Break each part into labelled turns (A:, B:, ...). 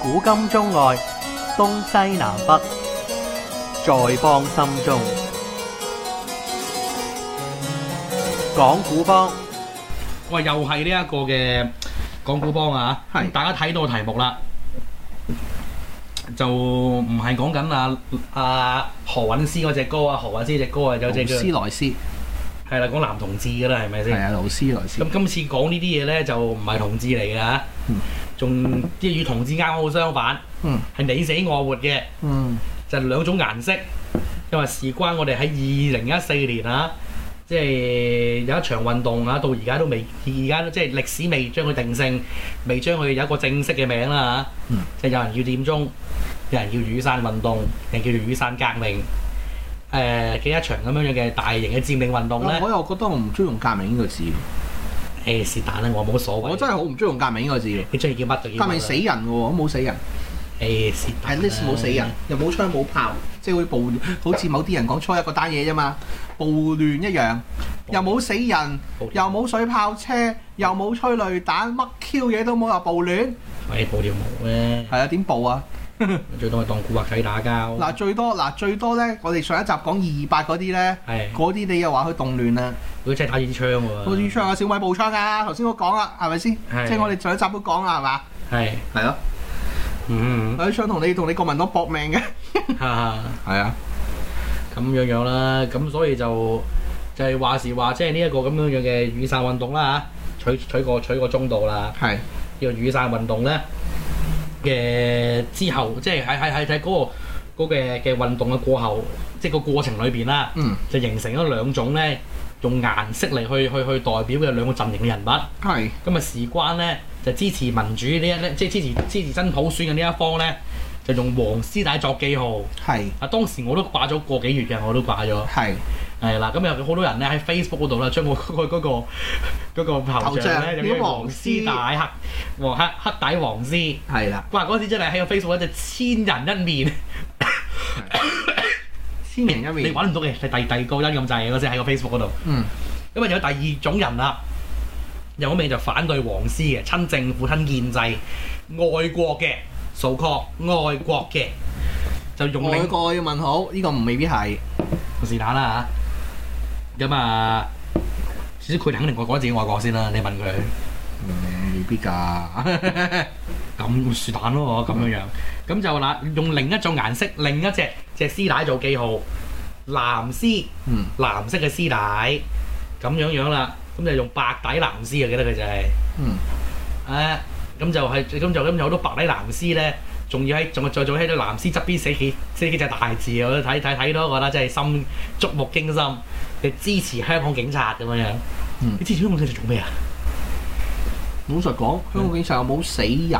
A: 古今中外，東西南北，在邦心中。講古幫，
B: 喂，又係呢一個嘅港股幫啊！
A: 係
B: 大家睇到題目啦，就唔係講緊啊啊何韻詩嗰只歌啊，何韻詩隻歌啊，有隻叫
A: 勞斯萊斯
B: 係啦，講男同志噶啦，係咪
A: 係
B: 先？
A: 啊，勞斯萊斯
B: 咁今次講呢啲嘢咧，就唔係同志嚟㗎嚇
A: 嗯，
B: 仲即係與同志啱好相反，
A: 嗯
B: 係你死我活嘅，
A: 嗯
B: 就係兩種顏色，因為事關我哋喺二零一四年啊。即係有一場運動啊，到而家都未，而家都即係歷史未將佢定性，未將佢有一個正式嘅名啦嚇。
A: 嗯
B: 即係有人叫佔中，有人叫雨傘運動，有人叫做雨傘革命。誒、嘅一場咁樣樣嘅大型嘅佔領運動咧
A: 我，我又覺得我唔中意用革命呢個字，
B: 誒是但啦，我冇所謂。
A: 我真係好唔中意用革命呢個字。
B: 你中意叫乜就叫乜啦
A: 革命死人嘅喎，我冇死人
B: 誒是但
A: ，at
B: 啦
A: least 冇死人，又冇槍冇炮，即係好似暴，好似某啲人講初一嗰單嘢啫嘛，暴亂一樣，又冇死人，
B: 暴亂
A: 又冇水炮車，又冇催淚彈，乜 Q 嘢都冇，又暴亂，
B: 喂報條毛咧，
A: 係啊點暴啊？
B: 最多係當古惑仔打交。
A: 嗱最多嗱最多咧，我哋上一集講二二八嗰啲咧，
B: 係
A: 嗰啲你又話佢動亂啦，啊
B: 佢真係打支槍喎。
A: 好似槍啊、小米步槍啊，頭先都講啦，係咪先？
B: 係
A: 即係我哋上一集都講啦，係嘛？
B: 係
A: 係咯，
B: 嗯，
A: 佢想同你同你國民黨搏命嘅。
B: 哈哈。
A: 係啊，
B: 咁樣樣啦，咁所以就就係話時話，即係呢一個咁樣樣嘅雨傘運動啦嚇，取取個取個中度啦，呢、
A: 係
B: 個雨傘運動咧嘅之後，即係喺喺喺喺嗰個嗰嘅嘅運動嘅過後，即係個過程裏邊啦，
A: 嗯
B: 就形成咗兩種咧用顏色嚟去去去代表嘅兩個陣營嘅人物，
A: 係
B: 咁啊事關咧就支持民主呢一咧，即係支持支持真普選嘅呢一方咧，就用黃絲帶作記號。
A: 係
B: 啊，當時我都掛咗個幾月嘅，我都掛咗。
A: 係
B: 係啦，咁有好多人咧喺 Facebook 嗰度啦，將我嗰個 嗰個嗰個頭像咧
A: 頭像
B: 有啲黃絲帶黑黃黑黑底黃絲，
A: 係啦，
B: 哇！嗰時真係喺個 Facebook 一隻千人一面，
A: 千人一
B: 你
A: 面。
B: 揾唔到嘅，係第第二個人咁滯嘅嗰時喺個 Facebook 嗰度。
A: 嗯，
B: 因為有第二種人啦，有名就反對黃絲嘅，親政府、親建制、愛國嘅，數確愛國嘅，就用另
A: 外國要問好，呢、個唔未必係。
B: 是但啦嚇。咁啊，至少佢哋肯定愛國自己愛國先啦，你問佢。
A: 嗯，未必㗎。
B: 咁是但咯，咁樣樣，咁就嗱，用另一種顏色，另一隻隻絲帶做記號，藍絲，
A: 嗯，
B: 藍色嘅絲帶，咁樣樣啦，咁就用白底藍絲啊，記得佢就係、
A: 嗯，
B: 啊，咁就係、咁就咁有好多白底藍絲咧，仲要喺仲再做喺啲藍絲側邊寫幾寫幾隻大字，我都睇睇睇到我覺得真係心觸目驚心，你支持香港警察咁樣樣，
A: 嗯
B: 你支持香港警察做咩啊？
A: 老實講，香港警察又冇死人，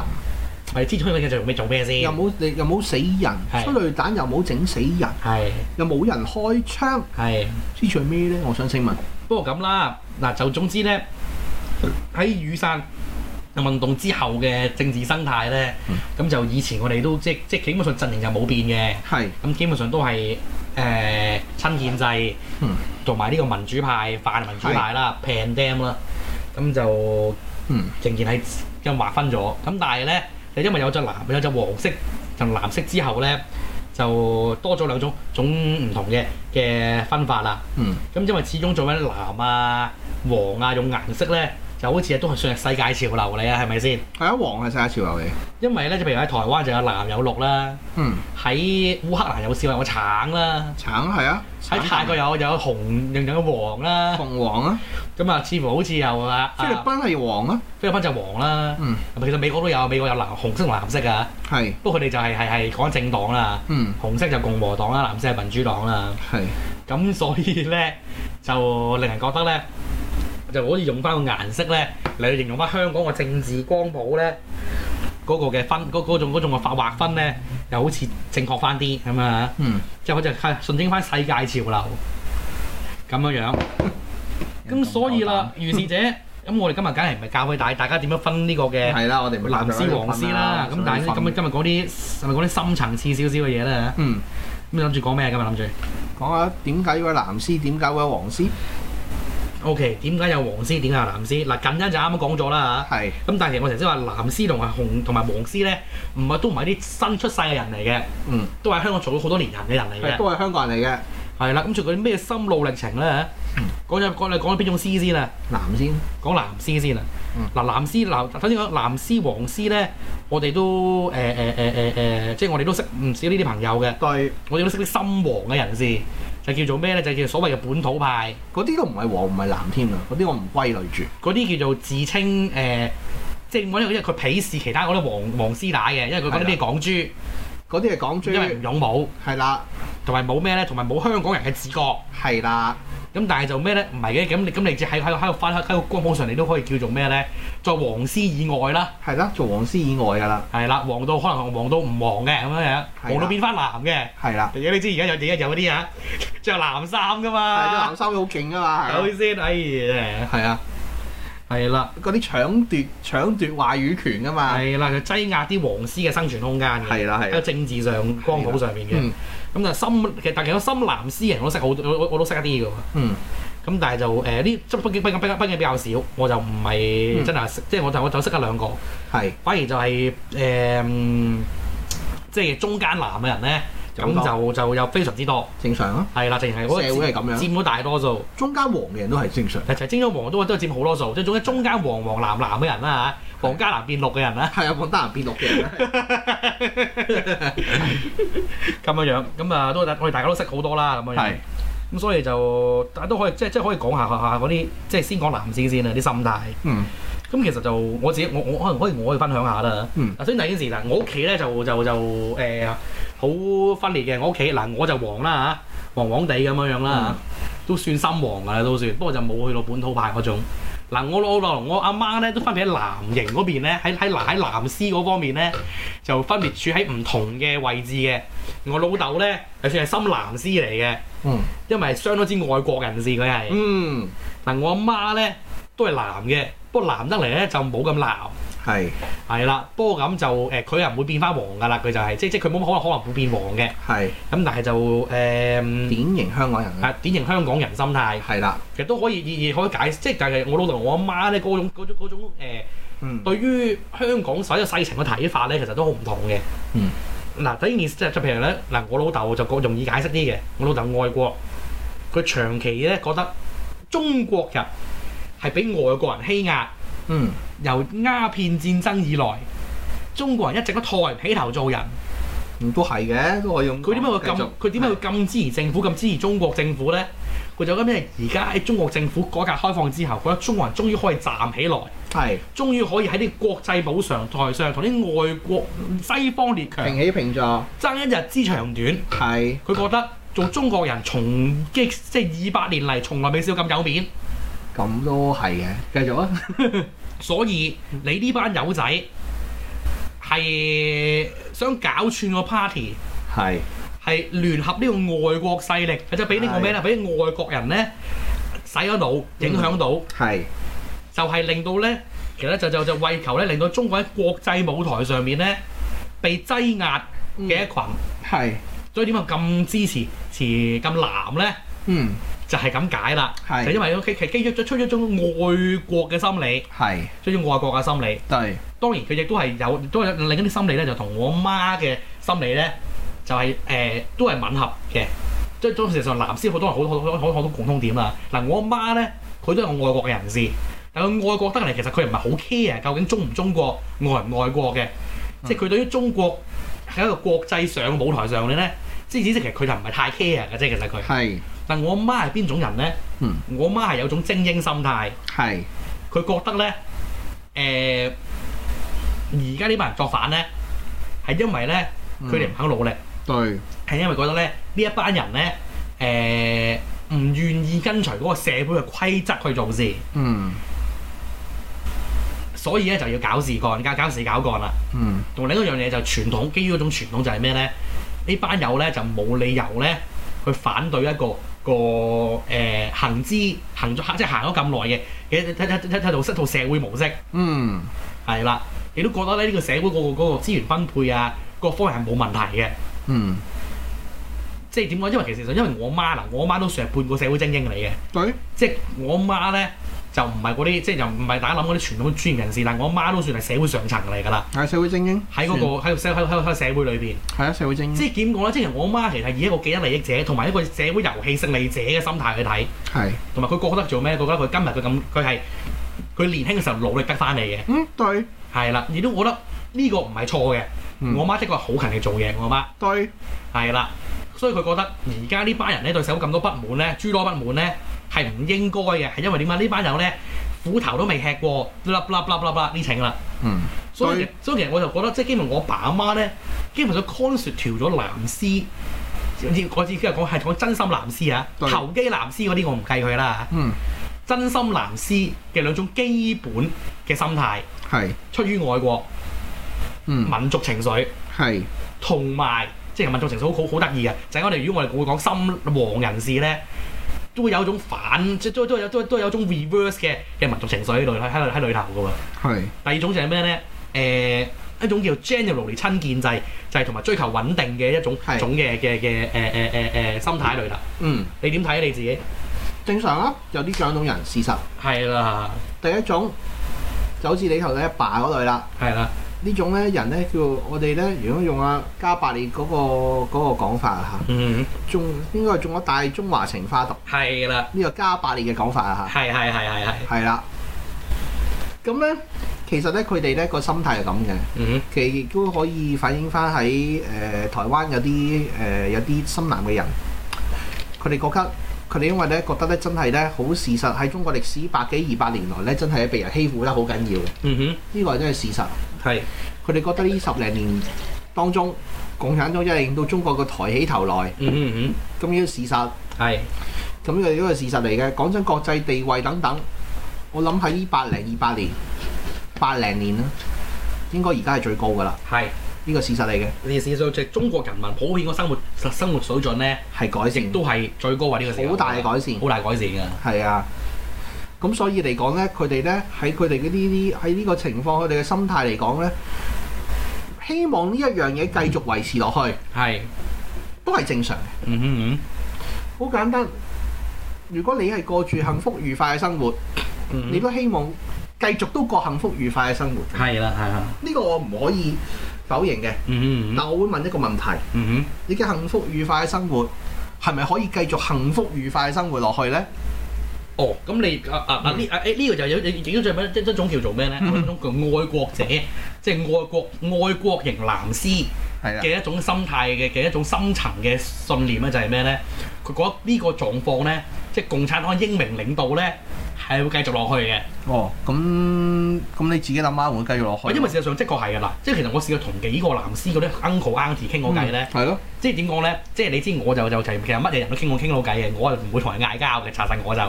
B: 係支持香港警察做咩做咩先？
A: 又冇你又冇死人，
B: 係
A: 催淚彈又冇整死人，
B: 係
A: 又冇人開槍，
B: 係。
A: 支持咩咧？我想請問。
B: 不過咁啦，嗱就總之咧，喺雨傘運動之後嘅政治生態咧，
A: 嗯
B: 咁、就以前我哋都即即基本上陣營就冇變嘅，
A: 係，
B: 咁基本上都係誒、呃、親建制
A: 嗯
B: 同埋呢個民主派、泛民主派啦、Pan Dem 啦，咁就
A: 嗯
B: 仍然係咁劃分咗。咁但係咧，就因為有隻藍有隻黃色同藍色之後咧，就多咗兩種種唔同嘅嘅分法啦。
A: 嗯，
B: 咁因為始終做緊藍啊、黃啊，用顏色咧就好似都係算係世界潮流嚟啊，係咪先？
A: 係啊，黃係世界潮流嚟。
B: 因為咧，就譬如喺台灣就有藍有綠啦，
A: 嗯，
B: 喺烏克蘭有少有橙啦，
A: 橙係啊，
B: 喺泰國有有紅又有黃啦，
A: 紅黃啊，
B: 咁啊，似乎好似有啊，
A: 菲律賓係黃啊，
B: 菲律賓就黃啦，啊
A: 嗯，
B: 其實美國都有，美國有藍紅色同藍色噶，
A: 係，
B: 不過佢哋就係係係講政黨啦，
A: 嗯
B: 紅色就共和黨啦，藍色係民主黨啦。
A: 係，
B: 咁所以咧就令人覺得咧，就好似用翻個顏色咧嚟去形容翻香港個政治光譜咧嗰、個嘅分嗰嗰種嗰種嘅劃劃分咧，又好似正確翻啲咁啊，
A: 嗯，
B: 即係好似係順應翻世界潮流咁樣 樣。咁所以啦，如是者，咁我哋今日梗係唔係教佢大大家點樣分呢個嘅
A: 係啦，我哋咪
B: 藍絲
A: 啊
B: 黃絲啦。咁但係
A: 咁
B: 咁啊今日講啲係咪講啲深層次少少嘅嘢咧？
A: 嗯，
B: 咁諗住講咩啊？今日諗住。
A: 講下點解嗰藍絲，點解嗰黃絲？
B: OK，點解有黃絲？點解有藍絲？嗱，近因就啱啱講咗啦
A: 係
B: 嚇。咁但係其實我頭先話藍絲同埋紅同埋黃絲咧，唔係都唔係啲新出世嘅人嚟嘅，
A: 嗯，
B: 都係香港做咗好多年人嘅人嚟
A: 係
B: 嘅。
A: 都係香港人嚟嘅，
B: 係啦，咁仲有啲咩心路歷程咧？
A: 嗯
B: 講咗講你講咗邊種絲先啊？
A: 男先，
B: 講藍絲先啊
A: 嗯。
B: 嗱、藍絲嗱，頭先講藍絲黃絲咧，我哋都誒誒誒誒誒，即係我哋都識唔少呢啲朋友嘅，
A: 對
B: 我哋都識啲深黃嘅人士，就叫做咩咧？就叫做所謂嘅本土派，
A: 嗰啲都唔係黃唔係藍添啊，嗰啲我唔歸類住，
B: 嗰啲叫做自稱誒、呃即係我因為佢鄙視其他嗰啲黃黃絲帶嘅，因為佢覺得呢啲係港豬，
A: 嗰啲係港
B: 因為
A: 豬，
B: 唔勇武，
A: 係啦，
B: 同埋冇咩咧，同埋冇香港人嘅自覺。
A: 係啦，
B: 咁但係就咩咧？唔係嘅，咁你咁你只喺喺喺個翻喺個光譜上，你都可以叫做咩咧？作黃絲以外啦。
A: 係啦，做黃絲以外㗎啦，
B: 係啦，黃到可能黃到唔黃嘅咁樣樣，黃到變翻藍嘅。
A: 係啦，
B: 而家你知而家有而家有嗰啲啊， 着藍衫噶
A: 係啲
B: 嘛
A: 男，生好勁啊嘛，
B: 係咪
A: 係
B: 先？哎呀，
A: 係啊，
B: 係啦，
A: 嗰啲搶奪搶奪話語權㗎嘛，
B: 係啦，就擠壓啲黃絲嘅生存空間嘅，
A: 係啦啊
B: 喺
A: 係
B: 個
A: 啦，
B: 政治上光譜上面嘅。
A: 嗯
B: 咁就深其實但係有深藍絲人我都識好，我我我都識一啲嘅喎。
A: 嗯
B: 咁但係就誒呢，即係畢竟畢竟畢竟畢竟比較少，我就唔係
A: 嗯
B: 真係識，即係我就我就識得兩個，
A: 係，
B: 反而就係誒即係中間藍嘅人咧，
A: 就好
B: 咁就就又非常之多。
A: 正常啊，
B: 係啦，淨係嗰個
A: 社會係咁樣
B: 佔咗大多數，
A: 中間黃嘅人都係正常，
B: 其實精咗黃都都佔好多數，即係總之中間黃黃藍藍嘅人啦嚇，黃加藍變綠嘅人 啦，
A: 係啊，黃得人變綠嘅人。
B: 咁樣樣，咁啊都我哋大家都識好多啦，咁樣樣
A: 係，
B: 咁所以就大家都可以即係即係可以講下下下嗰啲，即係先講藍絲先啊啲心態。
A: 嗯
B: 咁其實就我自己我我可能可以我可以分享下啦。
A: 嗯
B: 嗱，首先第一件事嗱，我屋企咧就就就誒好、分裂嘅，我屋企嗱我就黃啦嚇，黃黃地咁樣樣啦、都算深黃㗎啦，都算，不過就冇去到本土派嗰種。嗱，我老豆同我阿媽咧都分別喺藍營嗰邊咧，喺喺喺藍絲嗰方面咧就分別處喺唔同嘅位置嘅。我老豆咧就算係深藍絲嚟嘅，
A: 嗯
B: 因為相當之愛國人士佢係。
A: 嗯，
B: 嗱，我阿媽咧都係藍嘅，不過藍得嚟咧就冇咁藍。
A: 係
B: 係啦，不過咁就誒，佢、又唔會變翻黃噶啦，佢就係、即即佢冇乜可能可能會變黃嘅，
A: 係
B: 咁但係就誒、Ừ.
A: 典型香港人啊，
B: 啊典型香港人心態，
A: 係啦，
B: 其實都可以意義可以解釋，即係但係我老豆同我阿媽咧嗰種嗰種嗰種呃誒、
A: 嗯
B: 對於香港所有世情嘅睇法咧，其實都好唔同嘅。
A: 嗯，
B: 嗱第一件事即係譬如咧，嗱我老豆就覺容易解釋啲嘅，我老豆愛國，佢長期咧覺得中國人係俾外國人欺壓。
A: 嗯
B: 由鴉片戰爭以來，中國人一直都抬唔起頭做人。
A: 嗯都係嘅，都可以咁講。
B: 佢點解會
A: 啊繼
B: 咁
A: 續？
B: 佢點解會咁支持政府、咁支持中國政府呢？佢就咁咩？而家喺中國政府改革開放之後，覺得中國人終於可以站起來，
A: 係
B: 終於可以喺啲國際舞上台上同啲外國西方列強
A: 平起平坐？
B: 爭一日之長短。
A: 係
B: 佢覺得做中國人從擊即係二百年嚟從來未試過咁有面，
A: 咁都係嘅，繼續啊。
B: 所以你呢班友仔係想搞串個 party。
A: 係
B: 係聯合呢個外國勢力，就俾呢個咩咧？俾外國人咧洗咗腦，影響到，
A: 係
B: 就係令到咧，其實呢就就就為求咧，令到中國喺國際舞台上面咧被擠壓嘅一群，
A: 係
B: 所以點解咁支持持咁藍咧？
A: 嗯
B: 就係咁解啦，
A: 係
B: 就因為佢其實基於咗出於一種愛國嘅心理，
A: 係
B: 出於愛國嘅心理。
A: 對
B: 當然佢亦都係有，都有另一啲心理咧，就同我媽嘅心理咧，就係、呃都係吻合嘅。即係當時上藍絲好多人好好好好好多共通點啦。啊嗱，我媽咧，佢都係個愛國人士，但佢愛國得嚟，其實佢唔係好 care 究竟中唔中國、愛唔愛國嘅。即係佢對於中國喺一個國際上嘅舞台上面咧，即係只其實佢就唔係太 care 嘅啫。其實佢，
A: 係
B: 但我媽係邊種人咧？
A: 嗯
B: 我媽係有種精英心態。
A: 係
B: 佢覺得咧，誒而家呢班人作反咧，係因為咧
A: 嗯
B: 佢哋唔肯努力，
A: 對
B: 係、因為覺得咧呢一班人咧，誒、唔願意跟隨嗰個社會嘅規則去做事，
A: 嗯
B: 所以咧就要搞事幹，搞搞事搞幹啦。
A: 嗯
B: 同另一樣嘢就係傳統，基於嗰種傳統就係咩咧？呢班友咧就冇理由咧去反對一個個誒、行之行咗即係行咗咁耐嘅嘅睇睇睇睇到套社會模式。
A: 嗯
B: 係啦，你都覺得咧呢個
A: Ừ.
B: 社會嗰個嗰個資源分配啊，各方面係冇問題嘅，
A: 嗯
B: 即係點講？因為其實就因為我媽嗱，我媽都算係半個社會精英嚟嘅。
A: 對，
B: 即係我媽咧就唔係嗰啲，即係就唔係大家諗嗰啲傳統專業人士，但我媽都算係社會上層嚟㗎啦。
A: 係社會精英
B: 喺嗰、個喺個社喺個喺個社會裏邊，
A: 係啊，社會精英
B: 即係點講咧？即係我媽其實係以一個既得利益者同埋一個社會遊戲勝利者嘅心態去睇，
A: 係
B: 同埋佢覺得做咩？佢覺得佢今日佢咁，佢係佢年輕嘅時候努力得翻嚟嘅，
A: 嗯對
B: 係啦。亦都我覺得呢個唔係錯嘅。
A: 嗯
B: 我媽的確係好勤力做嘢，我媽
A: 對
B: 係啦，所以佢覺得而家呢班人咧對社會咁多不滿咧，諸多不滿咧係唔應該嘅，係因為點啊解呢班友咧苦頭都未吃過，粒粒粒粒粒呢程啦。
A: 嗯
B: 所以
A: 對
B: 所以其實我就覺得，即係基本上我爸阿媽咧，基本上 constitute 咗藍絲，我只係講係講真心藍絲啊，
A: 對
B: 投機藍絲嗰啲我唔計佢啦，
A: 嗯
B: 真心藍絲嘅兩種基本嘅心態，
A: 係
B: 出於愛國、
A: 嗯
B: 民族情緒。
A: 係
B: 同埋即係民族情緒好好好得意嘅，就係、我哋如果我哋會講深黃人士咧，都會有一種反，即都都有都都有一種 reverse 嘅嘅民族情緒喺度喺喺喺裏頭嘅喎。
A: 係
B: 第二種就係咩咧？誒、一種叫 generally 親建制，就係同埋追求穩定嘅一種
A: 係
B: 種嘅嘅嘅誒誒誒誒心態裏頭。
A: 嗯
B: 你點睇你自己？
A: 正常啊，有啲兩種人事實。
B: 係啦，
A: 第一種就好似你頭先阿爸嗰類啦，
B: 係啦，
A: 呢種咧人咧叫我哋咧，如果用阿加百列嗰、個嗰、個講法啊
B: 嗯，
A: 嚇，中應該係中咗大中華情花毒
B: 係啦，
A: 呢、個加百列嘅講法啊
B: 係係係係係，
A: 嚇，係啦。咁咧，其實咧佢哋咧個心態係咁嘅，
B: 嗯
A: 其實亦都可以反映翻喺誒台灣有啲誒、呃有啲深藍嘅人，佢哋覺得佢哋因為咧覺得咧真係咧好事實喺中國歷史百幾二百年來咧真係被人欺負得好緊要嘅，
B: 嗯
A: 呢個真係事實。
B: 哼，係
A: 佢哋覺得呢十零年當中，共產黨真係令到中國個抬起頭來，
B: 嗯哼嗯
A: 咁呢個事實，
B: 哼，係
A: 咁呢個呢個事實嚟嘅。講真，國際地位等等，我諗喺呢八零二八年、八零年啦，應該而家係最高噶啦，
B: 係。
A: 呢個事實嚟嘅，
B: 呢事實上就係中國人民普遍個生活生活水準咧，
A: 係改善，
B: 都係最高啊！呢個時候
A: 好大嘅改善，
B: 好大改善㗎。
A: 係啊。咁所以嚟講呢，佢哋呢喺佢哋嘅呢啲喺呢個情況，佢哋嘅心態嚟講呢，希望呢一樣嘢繼續維持落去，
B: 係，
A: 都係正常嘅。
B: 嗯哼
A: 好簡單。如果你係過住幸福愉快嘅生活，
B: 嗯，
A: 你都希望繼續都過幸福愉快嘅生活，呢、
B: 係啦，係啦，
A: 個我唔可以否認嘅。
B: 嗯哼
A: 但我會問一個問題：
B: 嗯
A: 你嘅幸福愉快嘅生活係咪可以繼續幸福愉快嘅生活落去呢？
B: 哼，哦，咁你啊啊啊呢啊誒呢個就有亦都最咩一一種叫做咩咧？
A: 嗯
B: 一種叫愛國者，即係愛國愛國型藍絲
A: 係啊，
B: 嘅一種心態嘅嘅一種深層嘅信念咧，就係咩咧？佢覺得呢個狀況咧，即係共產黨英明領導咧，係會繼續落去嘅。
A: 哦，咁咁你自己諗下會唔會繼續落
B: 喂
A: 去？
B: 因為事實上的確係㗎啦，即係其實我試過同幾個藍絲嗰啲 uncle auntie 傾過偈咧，
A: 嗯係咯，
B: 即係點講咧？即係你知我就就其實其實乜嘢人都傾過傾到偈嘅，我係唔會同人嗌交嘅，查實我就。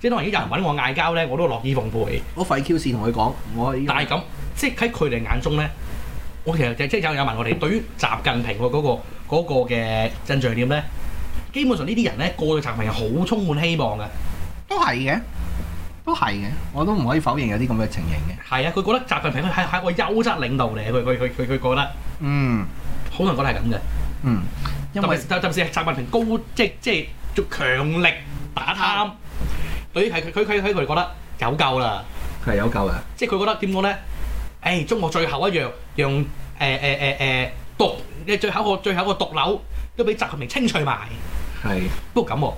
B: 即係當然有人揾我嗌交咧，我都樂意奉陪。
A: 我費 Q 事同佢講，我係呢個
B: 但係咁，即係喺佢哋眼中咧，我其實即係有有問我哋對於習近平嗰、個嗰、個嘅印象點咧？基本上呢啲人咧過咗習近平係好充滿希望嘅，
A: 都係嘅，都係嘅，我都唔可以否認有啲咁嘅情形嘅。
B: 係啊，佢覺得習近平係係一個優質領導嚟，佢佢佢佢佢覺得
A: 嗯
B: 好多人覺得係咁嘅。
A: 嗯，因為
B: 特別特別係習近平高即即做強力打貪，對於係佢佢佢佢哋覺得有救啦，
A: 佢係有救嘅。啊
B: 即係佢覺得點講咧？誒、中國最後一樣呃讓誒誒誒誒毒，即係最後一個最後一個毒瘤都俾習近平清除埋。
A: 係
B: 不過咁喎、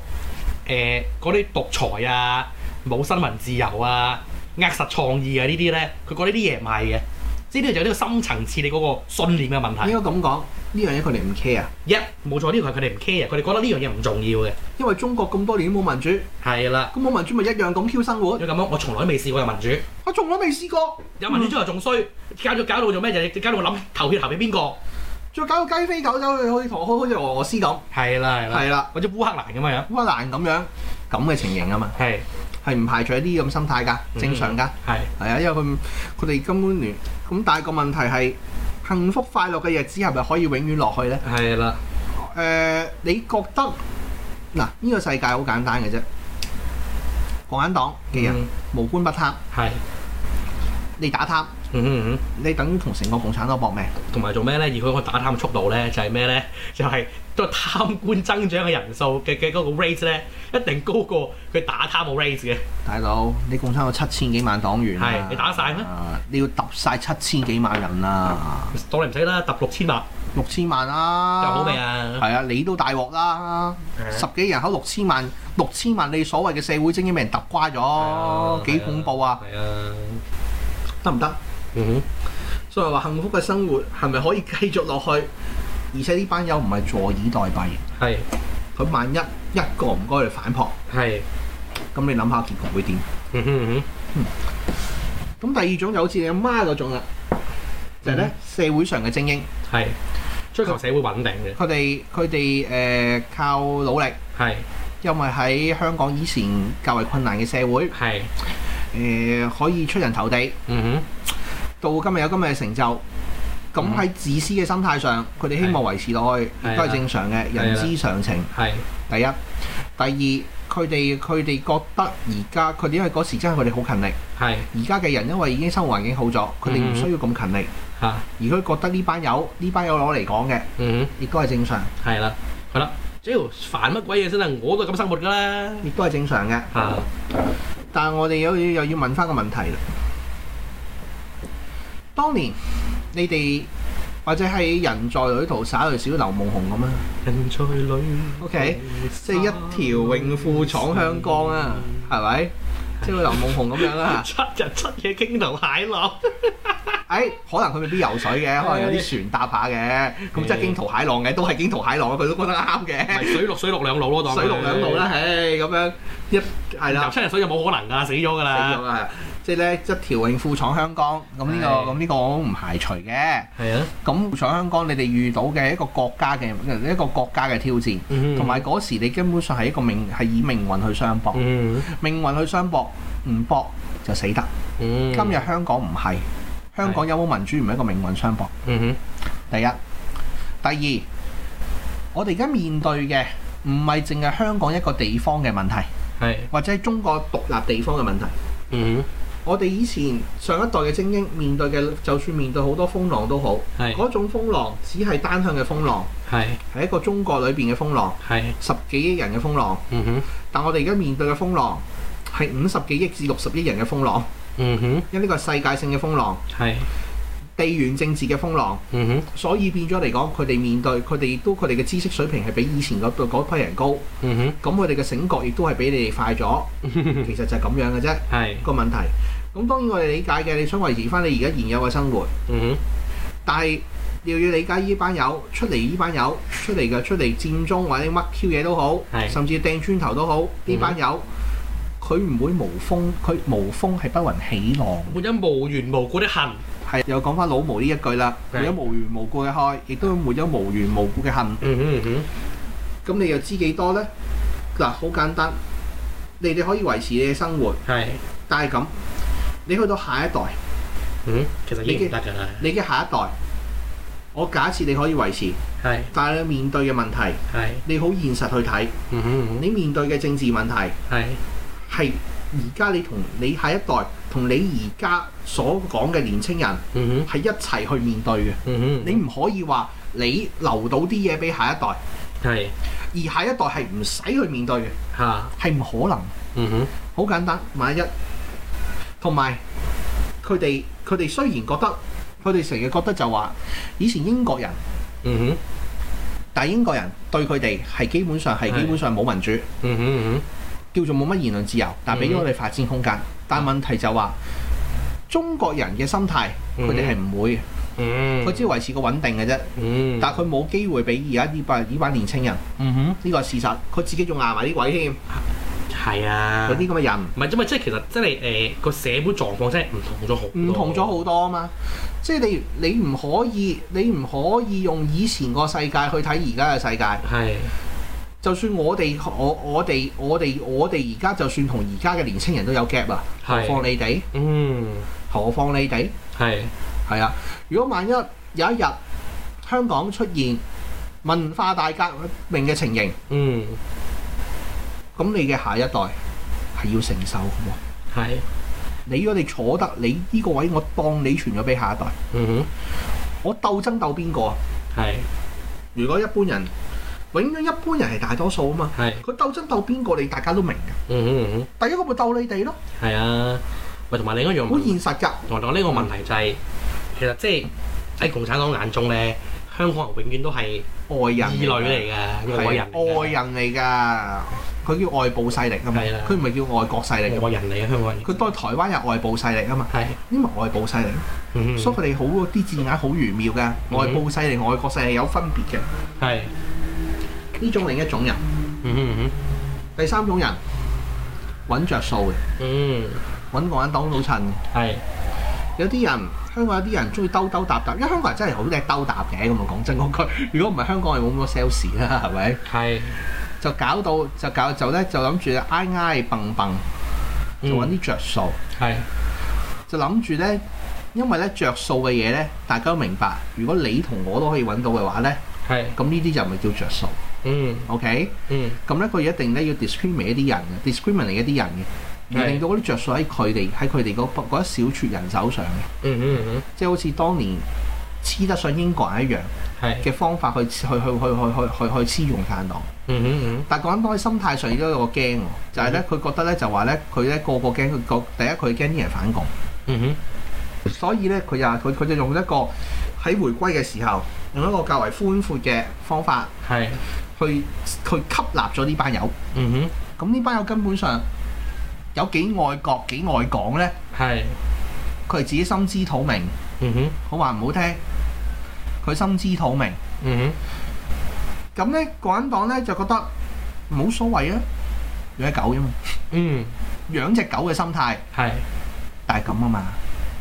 B: 誒嗰啲獨裁啊、冇新聞自由啊、扼殺創意啊呢啲咧，佢覺得呢啲嘢唔係嘅，即係呢個就係呢個深層次你嗰個信念嘅問題。
A: 應該咁講，呢樣嘢佢哋唔 care 啊，
B: 一冇錯，呢個係佢哋唔 care，佢哋覺得呢樣嘢唔重要嘅。
A: 因為中國咁多年都冇民主，
B: 係啦。
A: 咁冇民主咪一樣咁 Q 生活。
B: 要咁講，我從來都未試過有民主，
A: 我從來未試過，
B: 有民主之後仲衰，搞到搞到做咩？就搞到我諗投票投俾邊個？
A: 再搞到雞飛狗走，好似同好好似俄羅斯咁，
B: 係啦係啦，
A: 係啦，
B: 或者烏克蘭咁樣。
A: 烏克蘭咁樣咁嘅情形啊嘛，
B: 係
A: 係唔排除一啲咁心態㗎，
B: 嗯
A: 正常㗎，
B: 係
A: 係啊，因為佢佢哋根本聯咁，但係個問題係幸福快樂嘅日子係咪可以永遠落去呢？
B: 係啦，
A: 誒、你覺得嗱呢、個世界好簡單嘅啫，共產黨嘅人、
B: 嗯
A: 無官不貪，
B: 係
A: 你打貪，
B: 嗯哼嗯哼。
A: 你等於同成個共產黨搏命。
B: 同埋做咩咧？而佢個打貪嘅速度咧，就係咩咧？ 就係、都係貪官增長嘅人數嘅嘅嗰個 rate 咧，一定高過佢打貪個 rate 嘅。
A: 大佬，你共產黨七千幾萬黨員啊
B: 係你打晒咩
A: 啊你要揼晒七千幾萬人啊，
B: 當你唔使啦，揼六千萬
A: 六千萬
B: 就
A: 啦，
B: 好未？啊？
A: 係啊，你都大鑊啦，
B: 係啊
A: 十幾人口六千萬，六千萬你所謂嘅社會精英俾人揼瓜咗，幾恐怖啊！
B: 係啊，
A: 得唔得？
B: 嗯
A: 所以話幸福嘅生活係咪可以繼續落去？而且呢班友唔係坐以待斃，
B: 哼，係
A: 佢萬一一個唔該去反撲，
B: 係，
A: 咁你諗下結局會點？
B: 嗯哼嗯
A: 咁第二種就好似你阿媽嗰種啦，就係、咧社會上嘅精英，
B: 哼，係追求社會穩定嘅，
A: 佢哋佢哋誒靠努力，
B: 係
A: 因為喺香港以前較為困難嘅社會，誒、
B: 係，
A: 可以出人頭地，
B: 嗯
A: 到今日有今日嘅成就。咁喺自私嘅心態上，佢哋希望維持落去，
B: 係啊
A: 亦都係正常嘅，人之常情。
B: 哼，係
A: 第一，第二，佢哋佢哋覺得而家佢哋因為嗰時真係佢哋好勤力，
B: 係
A: 而家嘅人因為已經生活環境好咗，佢
B: 嗯
A: 哋唔需要咁勤力，
B: 嚇，
A: 而佢覺得呢班友呢班友攞嚟講嘅，
B: 嗯
A: 亦都係正常，
B: 哼，係啦，好啦，只要煩乜鬼嘢先啦，我都係咁生活㗎啦，
A: 亦都係正常嘅。
B: 嗯嚇，
A: 但係我哋又要又要問翻個問題啦。當年你哋或者喺人在旅途灑淚小劉夢紅咁啊
B: 人在旅
A: ，OK，即係一條泳褲闖香江啊，係咪？即係好似劉夢紅咁樣 啦、
B: 七日七夜驚濤駭浪，
A: 誒、可能佢未必游水 嘅，可能有啲船搭下嘅，咁即係驚濤駭浪嘅，都係驚濤駭浪，佢都覺得 啱嘅，
B: 水陸水陸兩路咯，當佢
A: 水陸兩路啦，，唉，咁樣一係
B: 入
A: 啦，
B: 七日水就冇可能㗎，死咗㗎
A: 死
B: 啦
A: 咗，啦，即係咧一條泳褲闖香港，咁呢、個
B: 係
A: 咁呢個我唔排除嘅。
B: 係啊，
A: 咁闖香港，你哋遇到嘅一個國家嘅一個國家嘅挑戰，同
B: 同
A: 埋嗰時你根本上係一個命係以命運去相搏，
B: 嗯
A: 命運去相搏，唔搏就死得。
B: 嗯，
A: 今日香港唔係，香港有冇民主唔係一個命運相搏。
B: 嗯
A: 第一，第二，我哋而家面對嘅唔係淨係香港一個地方嘅問題，
B: 哼，係
A: 或者係中國獨立地方嘅問題。
B: 嗯
A: 我哋以前上一代嘅精英面對嘅，就算面對好多風浪都好，
B: 哼係
A: 嗰種風浪只係單向嘅風浪，
B: 係
A: 係一個中國裏邊嘅風浪，
B: 係
A: 十幾億人嘅風浪。
B: 嗯哼
A: 但我哋而家面對嘅風浪係五十幾億至六十億人嘅風浪，
B: 嗯哼
A: 因為呢個係世界性嘅風浪、
B: 係
A: 地緣政治嘅風浪。
B: 嗯哼
A: 所以變咗嚟講，佢哋面對佢哋亦都佢哋嘅知識水平係比以前嗰嗰批人高，咁
B: 嗯哼
A: 佢哋嘅醒覺亦都係比你哋快咗。
B: 嗯
A: 其實就係咁樣嘅啫
B: 係
A: 個問題。咁當然我哋理解嘅，你想維持翻你而家現有嘅生活，
B: 嗯
A: 但係你又要理解呢班友出嚟，呢班友出嚟嘅出嚟佔中或者乜 Q 嘢都好，
B: 係
A: 甚至掟磚頭都好，呢班友佢唔會無風，佢無風係不雲起浪。
B: 哼，冇因無緣無故的恨，
A: 係又講翻老毛呢一句啦，
B: 係
A: 沒有無緣無故嘅開，亦都沒有無緣無故嘅恨。
B: 嗯哼嗯哼
A: 咁你又知幾多呢？嗱，好簡單，你哋可以維持你嘅生活，
B: 係
A: 但係咁，你去到下一代，
B: 嗯，其實已經唔得㗎啦，
A: 你嘅下一代，我假設你可以維持，
B: 係
A: 但係你面對嘅問題，
B: 係
A: 你好現實去睇，
B: 嗯哼嗯
A: 你面對嘅政治問題
B: 哼係
A: 係而家你同你下一代同你而家所講嘅年青人
B: 嗯哼
A: 係一齊去面對嘅，
B: 嗯哼
A: 你唔可以話你留到啲嘢俾下一代，
B: 係
A: 而下一代係唔使去面對嘅，
B: 嚇
A: 係唔可能。
B: 嗯哼
A: 好簡單，萬一同埋佢哋佢哋雖然覺得佢哋成日覺得就話以前英國人，
B: 嗯哼。
A: 但係英國人對佢哋係基本上係
B: 係
A: 基本上冇民主，
B: 嗯哼嗯
A: 叫做冇乜言論自由，但係俾咗我哋發展空間。但問題就話中國人嘅心態，
B: 嗯
A: 佢哋係唔會嘅，
B: 哼，嗯，
A: 佢只要維持個穩定嘅啫。
B: 嗯，
A: 但係佢冇機會俾而家呢班呢班年青人，
B: 嗯哼，
A: 呢個係事實。佢自己仲捱埋啲鬼添，
B: 係啊，
A: 有啲咁嘅人。
B: 唔係因為即係其實真係誒個社會狀況真係唔同咗好多，
A: 唔同咗好多啊嘛！即係你你唔可以你唔可以用以前個世界去睇而家嘅世界。
B: 係
A: 就算我哋我我哋我哋我哋而家就算同而家嘅年青人都有 gap 啊，何
B: 係
A: 況你哋，
B: 嗯
A: 何況你哋
B: 係
A: 係啊！如果萬一有一日香港出現文化大革命嘅情形，
B: 嗯
A: 咁你嘅下一代係要承受嘅喎。
B: 係
A: 你如果你坐得你呢個位，我當你傳咗俾下一代。
B: 嗯
A: 我鬥爭鬥邊個啊？
B: 哼，係
A: 如果一般人，永遠一般人係大多數啊嘛。
B: 係，
A: 佢鬥爭鬥邊個，你大家都明嘅。
B: 嗯哼嗯
A: 第一個咪鬥你哋咯，
B: 哼，係啊。喂，同埋另一樣
A: 好
B: 問，
A: 現實㗎。
B: 同埋呢個問題就係、其實即係喺共產黨眼中咧，香港人永遠都係
A: 外人
B: 異類嚟嘅，
A: 係
B: 外人嚟嘅
A: 外人嚟㗎，佢叫外部勢力啊嘛
B: 係啦。
A: 佢唔係叫外國勢力啊㗎嘛。
B: 外人嚟嘅香港人，
A: 佢當台灣係外部勢力啊嘛，
B: 係，
A: 呢咪外部勢力咯。
B: 嗯
A: 所
B: 哼
A: 以佢哋好啲字眼好玄妙㗎。
B: 嗯
A: 外部勢力、外國勢力有分別嘅。
B: 係，
A: 呢種另一種人，
B: 嗯哼嗯
A: 第三種人揾着數嘅，
B: 哼，嗯，
A: 揾個人當老襯嘅。
B: 係，
A: 有啲人香港有啲人中意兜兜搭搭，因為香港人真係好叻兜搭嘅。咁啊講真嗰句， 如果唔係香港係冇咁多 sales 啦，係咪？
B: 係，
A: 就搞到就搞就咧就諗住挨挨蹦蹦，就
B: 嗯
A: 揾啲着數，
B: 係，
A: 就諗住咧，因為咧着數嘅嘢咧，大家都明白。如果你同我都可以揾到嘅話咧，
B: 係，
A: 咁呢啲就唔係叫着數
B: 嗯
A: ，OK？
B: 嗯，
A: 咁咧佢一定咧要 discriminate 一啲人嘅，discriminate 一啲人嘅，而
B: 係
A: 令到嗰啲着數喺佢哋喺佢哋嗰嗰一小撮人手上嘅，
B: 嗯嗯
A: 即係好似當年黐得上英國人一樣
B: 嗯，係，
A: 嘅方法去去去去去去去去去黐共產黨。
B: 嗯嗯
A: 但係講緊當喺心態上亦都有個驚喎，就係咧佢覺得咧就話咧佢咧個個驚佢個第一佢驚啲人反共，
B: 嗯，嗯
A: 所以咧佢又佢佢就用一個喺回歸嘅時候用一個較為寬闊嘅方法
B: 哼，係，
A: 去去吸納咗呢班友，
B: 嗯哼。
A: 咁呢班友根本上有幾愛國幾愛港咧，
B: 係，
A: 佢係自己心知肚明，
B: 嗯哼，
A: 好話唔好聽，佢心知肚明，
B: 嗯
A: 咁咧共產黨咧就覺得冇所謂啊，養隻狗啫嘛，
B: 哼，嗯，
A: 養只狗嘅心態。
B: 係，
A: 但係咁啊嘛，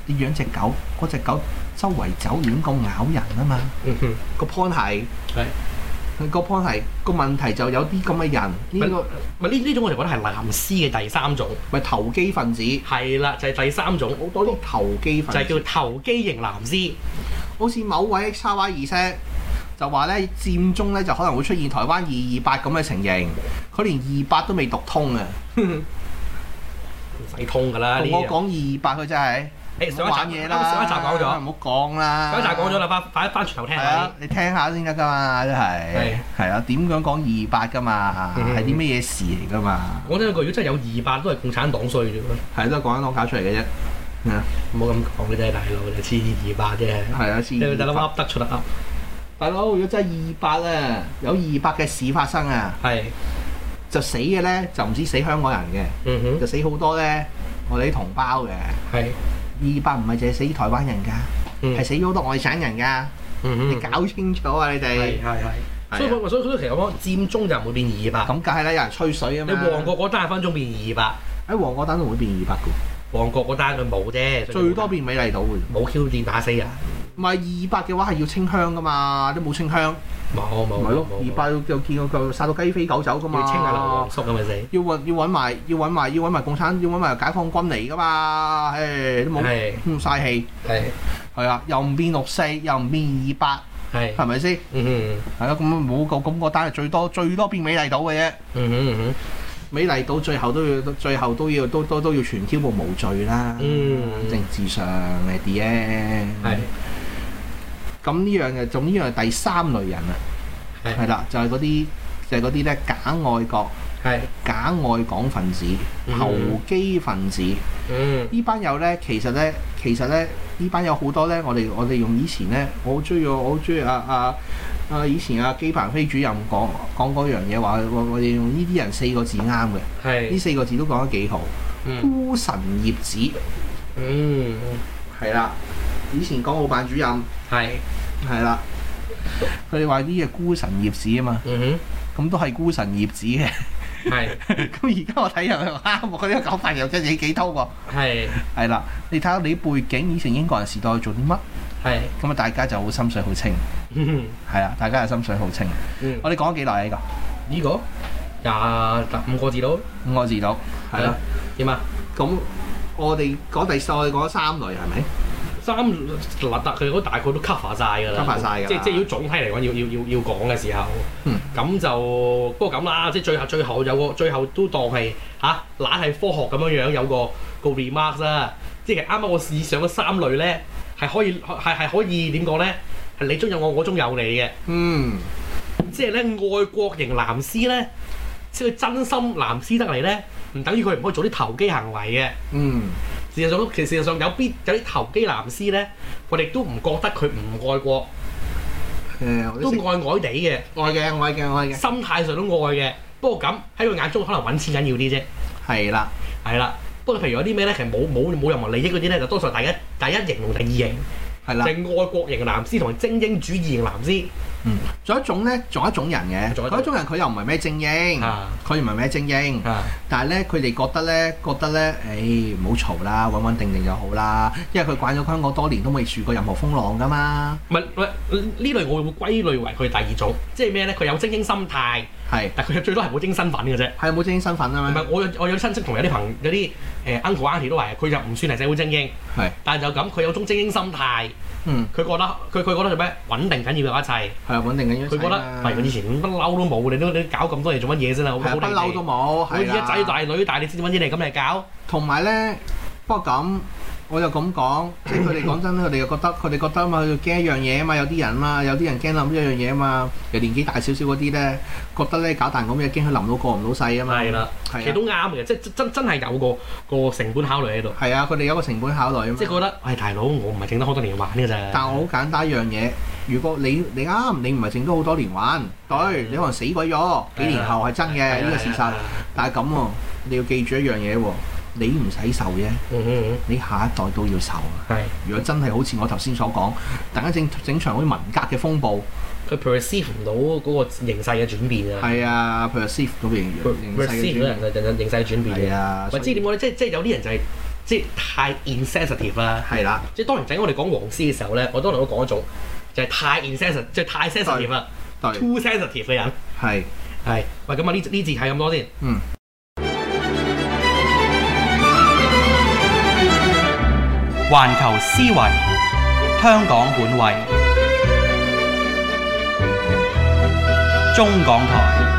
A: 你養只狗，嗰只狗周圍走亂咁咬人啊嘛。
B: 嗯哼，
A: 個 point 係
B: 係
A: 佢個 point 係個問題就有啲咁嘅人，呢、個
B: 咪呢呢種我哋覺得係藍絲嘅第三種，
A: 咪投機分子，
B: 係啦，就係、第三種，
A: 好多啲投機
B: 就
A: 分
B: 係
A: 子，
B: 叫投機型藍絲，
A: 好似某位沙威二聲就話咧佔中咧就可能會出現台灣二二八咁嘅情形，佢連二八都未讀通啊！
B: 唔使通㗎啊啦呢
A: 同我
B: 啲嘢。
A: 講二二八佢真係
B: 誒
A: 唔
B: 上
A: 好玩
B: 一集
A: 嘢啦，
B: 上一集講咗，
A: 唔好講啦，
B: 上一集講咗啦，翻翻翻轉頭聽
A: 係
B: 下
A: 啊，你聽下先得噶嘛，真係
B: 係
A: 係啊，點樣講二八噶嘛，
B: 嗯
A: 係啲咩嘢事嚟噶嘛，
B: 啲。講真一句，如果真係有二百都係共產黨衰啫喎，
A: 係都係講緊我搞出嚟嘅啫，
B: 唔好咁講嘅啫，大佬，你黐二百啫，
A: 係啊，
B: 你
A: 先
B: 大佬噏得出得啊噏，
A: 大佬，如果真係二八啊，有二八嘅事發生啊，
B: 係，
A: 就死嘅咧就唔止死香港人嘅，
B: 嗯
A: 就
B: 哼，
A: 死好多咧我哋啲同胞嘅。
B: 係，
A: 二八唔係淨係死台灣人㗎，係
B: 嗯
A: 死咗好多外省人㗎，
B: 嗯
A: 你
B: 哼，
A: 搞清楚啊你哋
B: 係。係係，所以
A: 係
B: 我所以所以其實我講佔中就唔會變二百
A: 啊。咁梗係啦，有人吹水啊
B: 你
A: 嘛。
B: 旺角嗰單係分鐘變二
A: 喺旺角等會變二百㗎，
B: 百，旺角嗰單佢冇啫，所以
A: 最多變美麗島㗎。
B: 冇 Q 電打死人，
A: 唔係二百嘅話係要清香噶嘛，都冇清香，
B: 冇冇
A: 咪咯
B: 冇，
A: 二百又見過佢殺到雞飛狗走噶嘛，
B: 要清下流黃叔咁啊咪死，
A: 要揾要揾埋要揾埋要揾埋共產要揾埋解放軍嚟噶嘛，唉都冇
B: 係
A: 咁嘥氣，
B: 係
A: 係啊，又唔變六四，又唔變二百，
B: 係，
A: 係咪先？
B: 嗯
A: 係啊，咁冇個咁個單係最多最多變美麗島嘅啫，
B: 嗯嗯
A: 美麗島最後都要最後都要都都都要全挑部無罪啦，
B: 嗯
A: 政治上嚟啲嘅，
B: 嗯，係
A: 咁呢樣嘅，仲呢樣係第三類人啊。
B: 係
A: 係啦，就係嗰啲就係嗰啲咧假愛國、
B: 係，
A: 假愛港分子、
B: 嗯
A: 投機分子
B: 嗯
A: 呢班友咧，其實咧，其實咧，呢班有好多咧，我哋我哋用以前咧，我好中意我好中意啊啊啊！以前啊基鵬飛主任講講嗰樣嘢話，我我哋用呢啲人四個字啱嘅，呢
B: 係，
A: 四個字都講得幾好，
B: 嗯
A: 孤臣孽子
B: 嗯
A: 係啦，以前講老闆主任
B: 係，
A: 係啦，佢哋話啲嘢孤臣孽子啊嘛，
B: 嗯
A: 咁都係孤臣孽子嘅。
B: 哼係
A: 咁而家我睇又啱喎，佢呢個講法又真係幾偷喎。
B: 係
A: 係啦，你睇下你背景，以前英國人時代做啲乜，
B: 係，
A: 咁啊大家就好心水好清，
B: 嗯
A: 係啦，大家就心水好清。
B: 嗯
A: 我哋講咗幾耐啊？呢
B: 呢個廿五個字到，
A: 個五個字到，係啦。
B: 點啊？
A: 咁我哋講第四，我哋講咗三類係咪？
B: 三嗱，特佢都大概都 cover 晒㗎啦
A: cover 晒㗎啦
B: 即即要總體嚟講，要要要要講嘅時候，咁、
A: 嗯
B: 就不過咁啦，即最後最後有個最後都當係嚇懶係科學咁樣樣有個個 remark 啦，即係啱啱我試上咗三類咧，係可以係係可以點講咧？係你中有我，我中有你嘅，
A: 嗯，
B: 即係咧愛國型藍絲咧，即係佢真心藍絲得嚟咧，唔等於佢唔可以做啲投機行為嘅。
A: 嗯，
B: 事實上，其實事實上有啲有啲投機藍絲咧，我哋都唔覺得佢唔愛國，
A: 誒、我
B: 都
A: 都食
B: 愛愛地嘅，
A: 愛嘅，愛嘅，愛嘅，
B: 心態上都愛嘅。不過咁喺佢眼中可能揾錢緊要啲啫，
A: 係啦，
B: 係啦。不過譬如有啲咩咧，其實冇冇冇任何利益嗰啲咧，就多數係第一第一型同第二型，
A: 係
B: 就
A: 啦。
B: 係愛國型藍絲同埋精英主義型藍絲
A: 仲有一種咧，仲有一種人嘅，
B: 仲有一種
A: 嗰一種人佢又唔係咩精英，
B: 啊
A: 佢唔係咩精英，
B: 啊
A: 但係咧佢哋覺得咧，覺得咧，誒唔好嘈啦，穩穩定定就好啦，因為佢慣咗香港多年都未樹過任何風浪噶嘛，
B: 唔係唔係呢類，我會歸類為佢第二種，即係咩咧？佢有精英心態，
A: 係
B: 但佢最多係冇精英身份嘅啫。
A: 係有冇精英身份啊
B: 唔係
A: 嘛，
B: 我有我有啲親戚同有啲朋有啲誒 uncle auntie 都話，佢就唔算係社會精英。
A: 係，
B: 但就咁，佢有種精英心態，
A: 嗯，
B: 佢覺得佢佢覺得做咩穩定緊要嘅一切，
A: 係啊穩定緊
B: 佢覺得喂，佢以前不嬲都冇，你都你搞咁多嘢做乜嘢先啦？好
A: 啊係啊
B: 好
A: 不
B: 地地
A: 嬲都冇，
B: 好
A: 係啊
B: 似一仔
A: 啦。
B: 大女大，你先揾啲你咁嚟搞，
A: 同埋咧，不過咁，我就咁講，即係佢哋講真，佢哋又覺得佢哋覺得嘛，佢驚一樣嘢啊嘛，有啲人嘛，有啲人驚諗一樣嘢啊嘛，又年紀大少少嗰啲咧，覺得咧搞蛋咁嘢，驚佢臨到過唔到世啊嘛，
B: 係啦，其實
A: 係啊，
B: 都啱嘅，即係真真真係有個個成本考慮喺度，
A: 係啊，佢哋有個成本考慮啊嘛
B: 即係。覺得喂大佬，我唔係整得好多年玩嘅咋，
A: 但我好簡單一樣嘢，如果你你啱，你唔係剩咗好多年玩，對你可能死鬼咗，幾年後嗯係真嘅呢個事實。但係咁喎，你要記住一樣嘢喎，你唔使受啫，
B: 嗯嗯
A: 你下一代都要受啊。
B: 嗯，係
A: 如果真係好似我頭先所講，突然間整整場好似文革嘅風暴，
B: 佢 perceive 唔到嗰個形勢嘅轉變啊
A: 係啊，譬如 s i f 嗰邊形勢嘅
B: perceive
A: 轉
B: 咧
A: 變，
B: 就形勢嘅轉變
A: 係
B: 啊，
A: 啊，
B: 或者
A: 所以
B: 點講咧？即係即係有啲人就係即係太 insensitive 啦。
A: 係啦，
B: 即係當年仔我哋講黃絲嘅時候咧，我當年都講一種就係太 insensitive，即係太 sensitive 啦
A: 對，
B: ，too sensitive 嘅人
A: 係，
B: 係。喂，咁啊呢呢字睇咁多先。
A: 嗯，
B: 環球思維，香港本位，中港台。